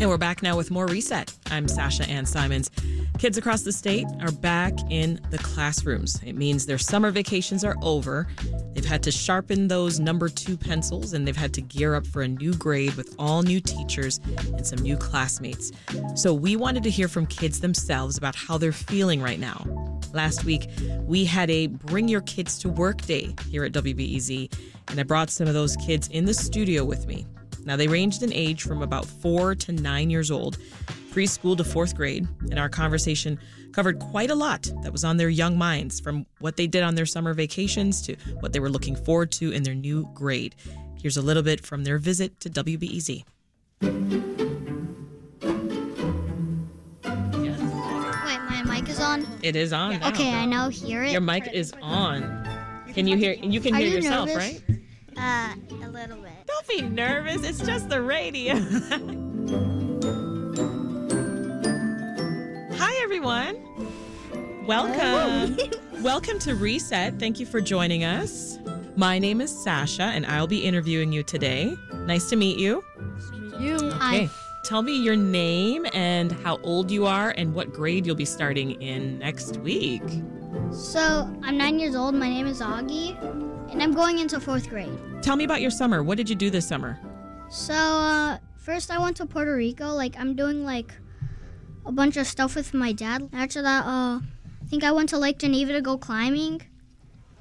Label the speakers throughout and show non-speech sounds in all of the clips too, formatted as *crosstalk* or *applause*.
Speaker 1: And we're back now with more Reset. I'm Sasha Ann Simons. Kids across the state are back in the classrooms. It means their summer vacations are over. They've had to sharpen those number two pencils and they've had to gear up for a new grade with all new teachers and some new classmates. So we wanted to hear from kids themselves about how they're feeling right now. Last week, we had a Bring Your Kids to Work Day here at WBEZ, and I brought some of those kids in the studio with me. Now, they ranged in age from about four to nine years old, preschool to fourth grade, and our conversation covered quite a lot that was on their young minds from what they did on their summer vacations to what they were looking forward to in their new grade. Here's a little bit from their visit to E WBEZ.
Speaker 2: Wait, my mic is on.
Speaker 1: It is on. now.
Speaker 2: Okay, I now hear it.
Speaker 1: Your mic is on. Can you hear? You can
Speaker 2: Are
Speaker 1: hear
Speaker 2: you
Speaker 1: yourself,
Speaker 2: nervous?
Speaker 1: right?
Speaker 2: Uh, a little bit.
Speaker 1: Don't be nervous. It's just the radio. *laughs* Hi, everyone. Welcome. Welcome to Reset. Thank you for joining us. My name is Sasha, and I'll be interviewing you today. Nice to meet you.
Speaker 2: You.
Speaker 1: Hey,
Speaker 2: I,
Speaker 1: tell me your name and how old you are and what grade you'll be starting in next week.
Speaker 2: so I'm nine years old. My name is Augie, and I'm going into fourth grade.
Speaker 1: Tell me about your summer. What did you do this summer?
Speaker 2: So uh, first, I went to Puerto Rico. Like I'm doing like a bunch of stuff with my dad. After that, uh, I think I went to Lake Geneva to go climbing.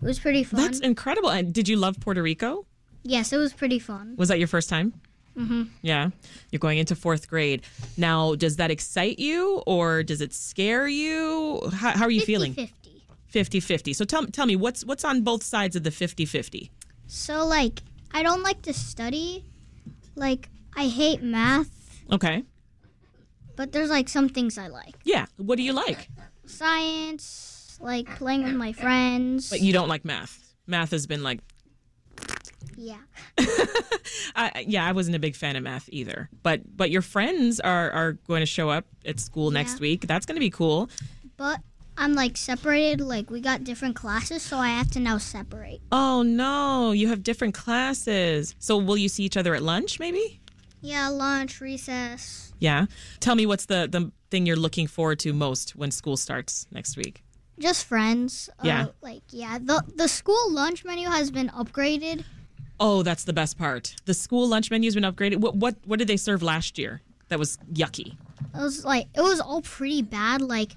Speaker 2: It was pretty fun.
Speaker 1: That's incredible. And did you love Puerto Rico?
Speaker 2: yes, it was pretty fun.
Speaker 1: Was that your first time? Mm-hmm. Yeah. You're going into fourth grade. Now, does that excite you or does it scare you? How, how are you feeling?
Speaker 2: 50.
Speaker 1: 50 50. So tell, tell me, what's, what's on both sides of the 50 50?
Speaker 2: So like, I don't like to study. Like I hate math,
Speaker 1: Okay.
Speaker 2: but there's like some things I like.
Speaker 1: Yeah. What do you like?
Speaker 2: science, like playing with my friends.
Speaker 1: But you don't like math. Math has been like,
Speaker 2: yeah.
Speaker 1: I, yeah, I wasn't a big fan of math either. But but your friends are, are going to show up at school next
Speaker 2: Yeah.
Speaker 1: week. That's going to be cool.
Speaker 2: But I'm like separated, like we got different classes, so I have to now separate.
Speaker 1: Oh no, you have different classes. So will you see each other at lunch maybe?
Speaker 2: Yeah, lunch, recess.
Speaker 1: Yeah. Tell me what's the, the thing you're looking forward to most when school starts next week.
Speaker 2: Just friends.
Speaker 1: Yeah.
Speaker 2: Uh, like yeah, the the school lunch menu has been upgraded.
Speaker 1: Oh, that's the best part. The school lunch menu's been upgraded. What what what did they serve last year? That was yucky.
Speaker 2: It was like it was all pretty bad. Like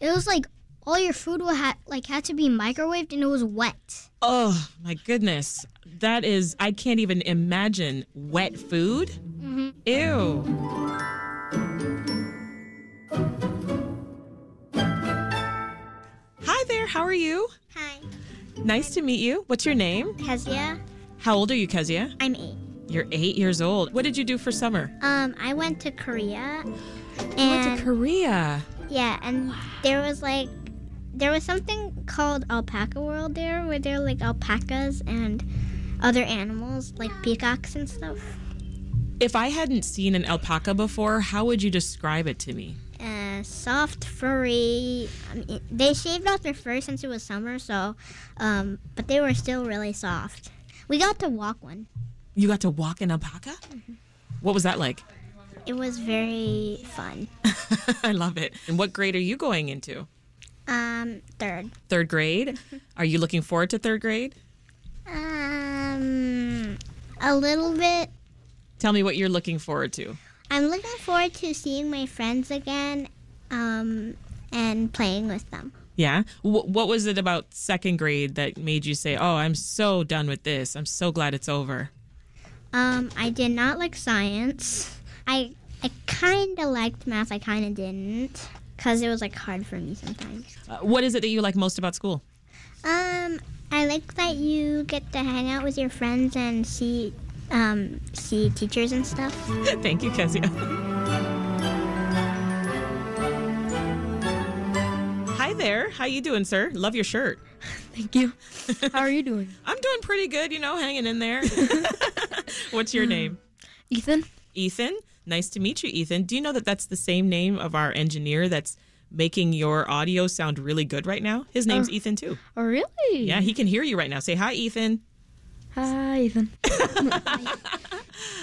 Speaker 2: it was like all your food would ha- like had to be microwaved and it was wet.
Speaker 1: Oh my goodness. That is I can't even imagine wet food.
Speaker 2: Mm-hmm.
Speaker 1: Ew. Hi there, how are you?
Speaker 2: Hi,
Speaker 1: Nice to meet you. What's your name?
Speaker 2: Kezia.
Speaker 1: How old are you, Kezia?
Speaker 2: I'm eight.
Speaker 1: You're eight years old. What did you do for summer?
Speaker 2: Um, I went to Korea.
Speaker 1: went to Korea.
Speaker 2: Yeah, and there was like there was something called Alpaca World there where there were like alpacas and other animals like peacocks and stuff.
Speaker 1: If I hadn't seen an alpaca before, how would you describe it to me?
Speaker 2: Uh, soft, furry. I mean, they shaved off their fur since it was summer, so um, but they were still really soft. We got to walk one.
Speaker 1: You got to walk an alpaca? What was that like? *laughs*
Speaker 2: It was very fun.
Speaker 1: I love it. And what grade are you going into?
Speaker 2: Um, third.
Speaker 1: Third grade? Are you looking forward to third grade?
Speaker 2: Um, a little bit.
Speaker 1: Tell me what you're looking forward to.
Speaker 2: I'm looking forward to seeing my friends again um, and playing with them.
Speaker 1: Yeah. Wh- what was it about second grade that made you say, oh, I'm so done with this? I'm so glad it's over?
Speaker 2: Um, I did not like science. I I kind of liked math. I kind of didn't because it was like hard for me sometimes.
Speaker 1: Uh, what is it that you like most about school?
Speaker 2: Um, I like that you get to hang out with your friends and see um, see teachers and stuff.
Speaker 1: *laughs* Thank you, Kezia. Hi there. How you doing, sir? Love your shirt.
Speaker 3: Thank you. *laughs* How are you doing?
Speaker 1: I'm doing pretty good, you know, hanging in there. *laughs* What's your name?
Speaker 3: Ethan?
Speaker 1: Ethan. Nice to meet you, Ethan. Do you know that that's the same name of our engineer that's making your audio sound really good right now? His name's Ethan too.
Speaker 3: Oh, really?
Speaker 1: Yeah, he can hear you right now. Say hi, Ethan.
Speaker 3: Hi, Ethan.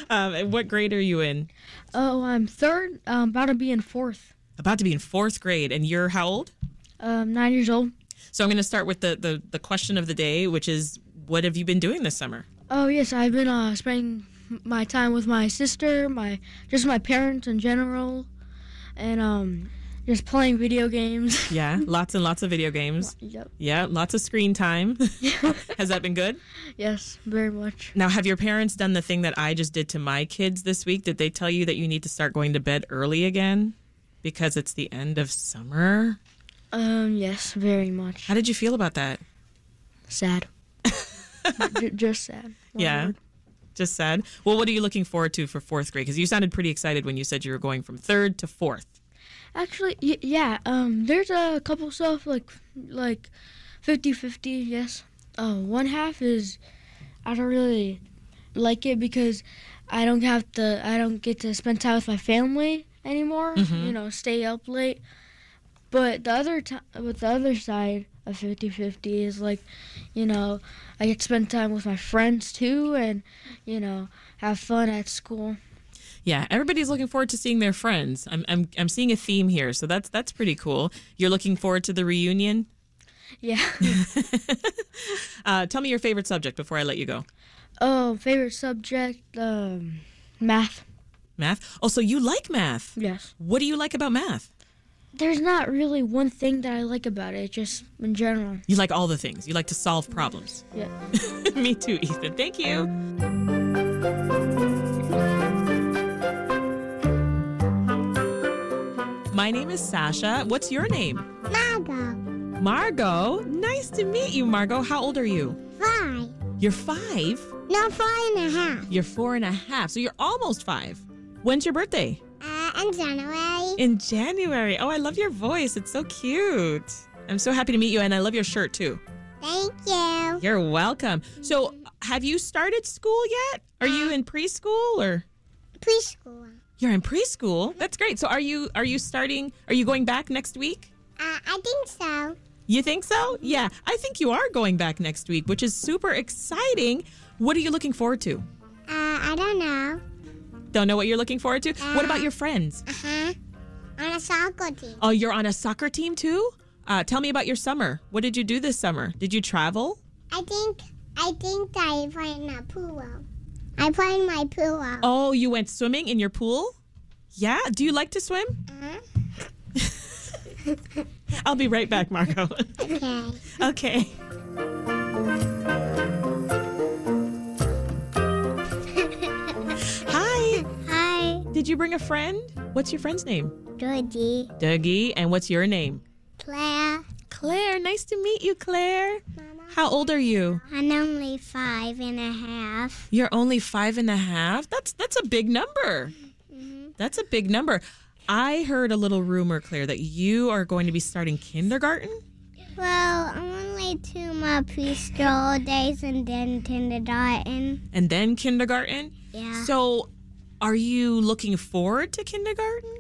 Speaker 1: Um, and what grade are you in?
Speaker 3: Oh, I'm third. I'm about to be in fourth.
Speaker 1: About to be in fourth grade, and you're how old?
Speaker 3: Um, nine years old.
Speaker 1: So I'm going to start with the, the the question of the day, which is, what have you been doing this summer?
Speaker 3: Oh yes, I've been uh, spending my time with my sister, my just my parents in general, and um, just playing video games. *laughs*
Speaker 1: Yeah, *laughs* lots and lots of video games.
Speaker 3: yep.
Speaker 1: Yeah, lots of screen time. *laughs* Has that been good?
Speaker 3: Yes, very much.
Speaker 1: Now, have your parents done the thing that I just did to my kids this week? Did they tell you that you need to start going to bed early again because it's the end of summer?
Speaker 3: Um, yes, very much.
Speaker 1: How did you feel about that?
Speaker 3: Sad. J- just sad. One
Speaker 1: yeah.
Speaker 3: word.
Speaker 1: Just sad. Well, what are you looking forward to for fourth grade? Because you sounded pretty excited when you said you were going from third to fourth.
Speaker 3: Actually, y- yeah. Um, there's a couple stuff like like 50-50, Yes. Uh, one half is I don't really like it because I don't have to. I don't get to spend time with my family anymore. You know, stay up late. But the other time, with the other side of 50-50 is like, you know, I get to spend time with my friends too, and you know, have fun at school. *laughs*
Speaker 1: Yeah, everybody's looking forward to seeing their friends. I'm, I'm, I'm seeing a theme here, so that's that's pretty cool. You're looking forward to the reunion.
Speaker 3: Yeah.
Speaker 1: Uh, tell me your favorite subject before I let you go.
Speaker 3: Oh, favorite subject, um, math.
Speaker 1: Math. Oh, so you like math.
Speaker 3: Yes.
Speaker 1: What do you like about math?
Speaker 3: There's not really one thing that I like about it, just in general.
Speaker 1: You like all the things. You like to solve problems. *laughs*
Speaker 3: Yeah.
Speaker 1: me too, Ethan. Thank you. My name is Sasha. What's your name?
Speaker 4: Margot,
Speaker 1: Margot. Nice to meet you, Margot. How old are you?
Speaker 4: five.
Speaker 1: You're five.
Speaker 4: No, four and a half.
Speaker 1: You're four and a half. So you're almost five. When's your birthday?
Speaker 4: Uh, I'm January.
Speaker 1: In January. Oh, I love your voice. It's so cute. I'm so happy to meet you, and I love your shirt too.
Speaker 4: Thank you.
Speaker 1: You're welcome. So, have you started school yet? Are you in preschool or?
Speaker 4: Preschool.
Speaker 1: You're in preschool. That's great. So, are you are you starting? Are you going back next week?
Speaker 4: Uh, I think so.
Speaker 1: You think so? Yeah, I think you are going back next week, which is super exciting. What are you looking forward to?
Speaker 4: Uh, I don't know.
Speaker 1: Don't know what you're looking forward to. What about your friends?
Speaker 4: Uh huh. On a soccer team.
Speaker 1: Oh, you're on a soccer team too? Uh, tell me about your summer. What did you do this summer? Did you travel?
Speaker 4: I think I think I play in a pool. I play in my pool.
Speaker 1: Oh, you went swimming in your pool? Yeah. Do you like to swim?
Speaker 4: Uh-huh.
Speaker 1: *laughs* I'll be right back, Marco.
Speaker 4: Okay.
Speaker 1: okay. Hi.
Speaker 4: Hi,
Speaker 1: Did you bring a friend? What's your friend's name?
Speaker 4: Georgie.
Speaker 1: Dougie. And what's your name?
Speaker 4: Claire.
Speaker 1: Claire. Nice to meet you, Claire.
Speaker 4: Mama.
Speaker 1: How old are you?
Speaker 4: I'm only five and a half.
Speaker 1: You're only five and a half. That's that's a big number. That's a big number. I heard a little rumor, Claire, that you are going to be starting kindergarten.
Speaker 4: Well, I'm only two more preschool days and then kindergarten.
Speaker 1: and then kindergarten.
Speaker 4: Yeah.
Speaker 1: So, are you looking forward to kindergarten?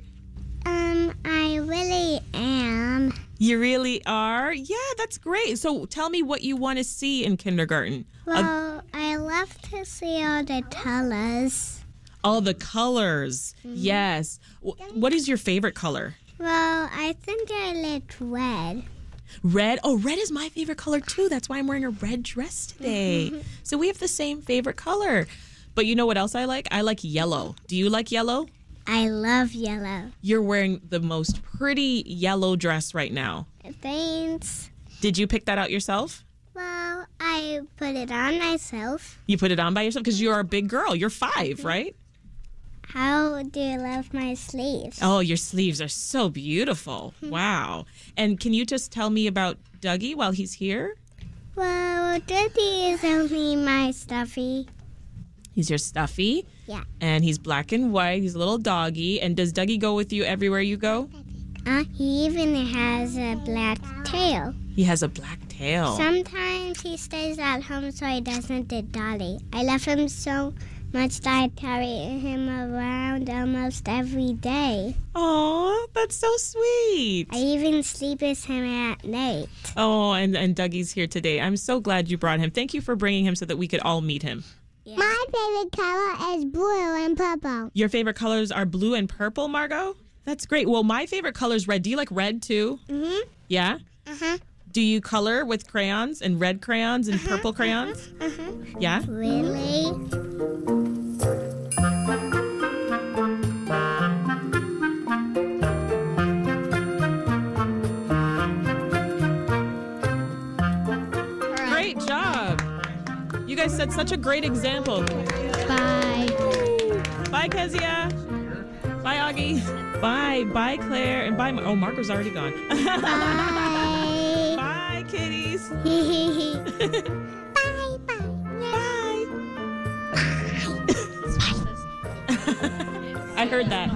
Speaker 4: Um, I really am.
Speaker 1: You really are? Yeah, that's great. So, tell me what you want to see in kindergarten. Uh,
Speaker 4: Well, I love to see all the colors.
Speaker 1: all the colors. Yes. W- what is your favorite color?
Speaker 4: Well, I think I like red.
Speaker 1: Red. Oh, red is my favorite color too. That's why I'm wearing a red dress today. so, we have the same favorite color. But you know what else I like? I like yellow. Do you like yellow?
Speaker 4: I love yellow.
Speaker 1: You're wearing the most pretty yellow dress right now.
Speaker 4: Thanks.
Speaker 1: Did you pick that out yourself?
Speaker 4: Well, I put it on myself.
Speaker 1: You put it on by yourself because you're a big girl. You're five, right?
Speaker 4: How do you love my sleeves?
Speaker 1: Oh, your sleeves are so beautiful. Wow. And can you just tell me about Dougie while he's here?
Speaker 4: Well, Daddy is only my stuffy.
Speaker 1: He's your stuffy.
Speaker 4: Yeah.
Speaker 1: And he's black and white. He's a little doggy. And does Dougie go with you everywhere you go?
Speaker 4: Uh, he even has a black tail.
Speaker 1: He has a black tail.
Speaker 4: Sometimes he stays at home so he doesn't get dolly. I love him so much that I carry him around almost every day.
Speaker 1: Oh, that's so sweet.
Speaker 4: I even sleep with him at night.
Speaker 1: Oh, and, and Dougie's here today. I'm so glad you brought him. Thank you for bringing him so that we could all meet him.
Speaker 4: Yeah. My favorite color is blue and purple.
Speaker 1: Your favorite colors are blue and purple, Margot? That's great. Well, my favorite color is red. Do you like red too?
Speaker 4: Mhm.
Speaker 1: Yeah?
Speaker 4: Uh huh.
Speaker 1: Do you color with crayons and red crayons and purple crayons?
Speaker 4: Uh huh.
Speaker 1: Yeah?
Speaker 4: Really?
Speaker 1: Great job. You guys set such a great example.
Speaker 2: Bye.
Speaker 1: Bye, Kezia. Bye, Augie. Bye. Bye, Claire. And bye. Mar- oh, Marco's already gone. *laughs*
Speaker 4: Bye.
Speaker 1: bye, *laughs* kitties.
Speaker 4: *laughs* bye bye.
Speaker 1: Bye. *laughs* I heard that.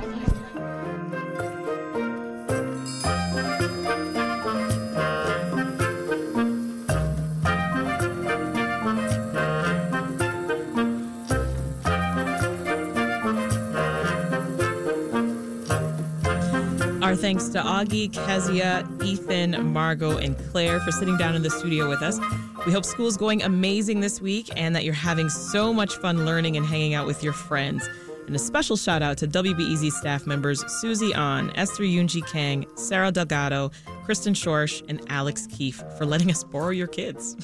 Speaker 1: Our thanks to Augie, Kezia, Ethan, Margot, and Claire for sitting down in the studio with us. We hope school's going amazing this week and that you're having so much fun learning and hanging out with your friends. And a special shout out to WBEZ staff members Susie Ahn, Esther Yunji Kang, Sarah Delgado, Kristen Schorsch, and Alex Keefe for letting us borrow your kids.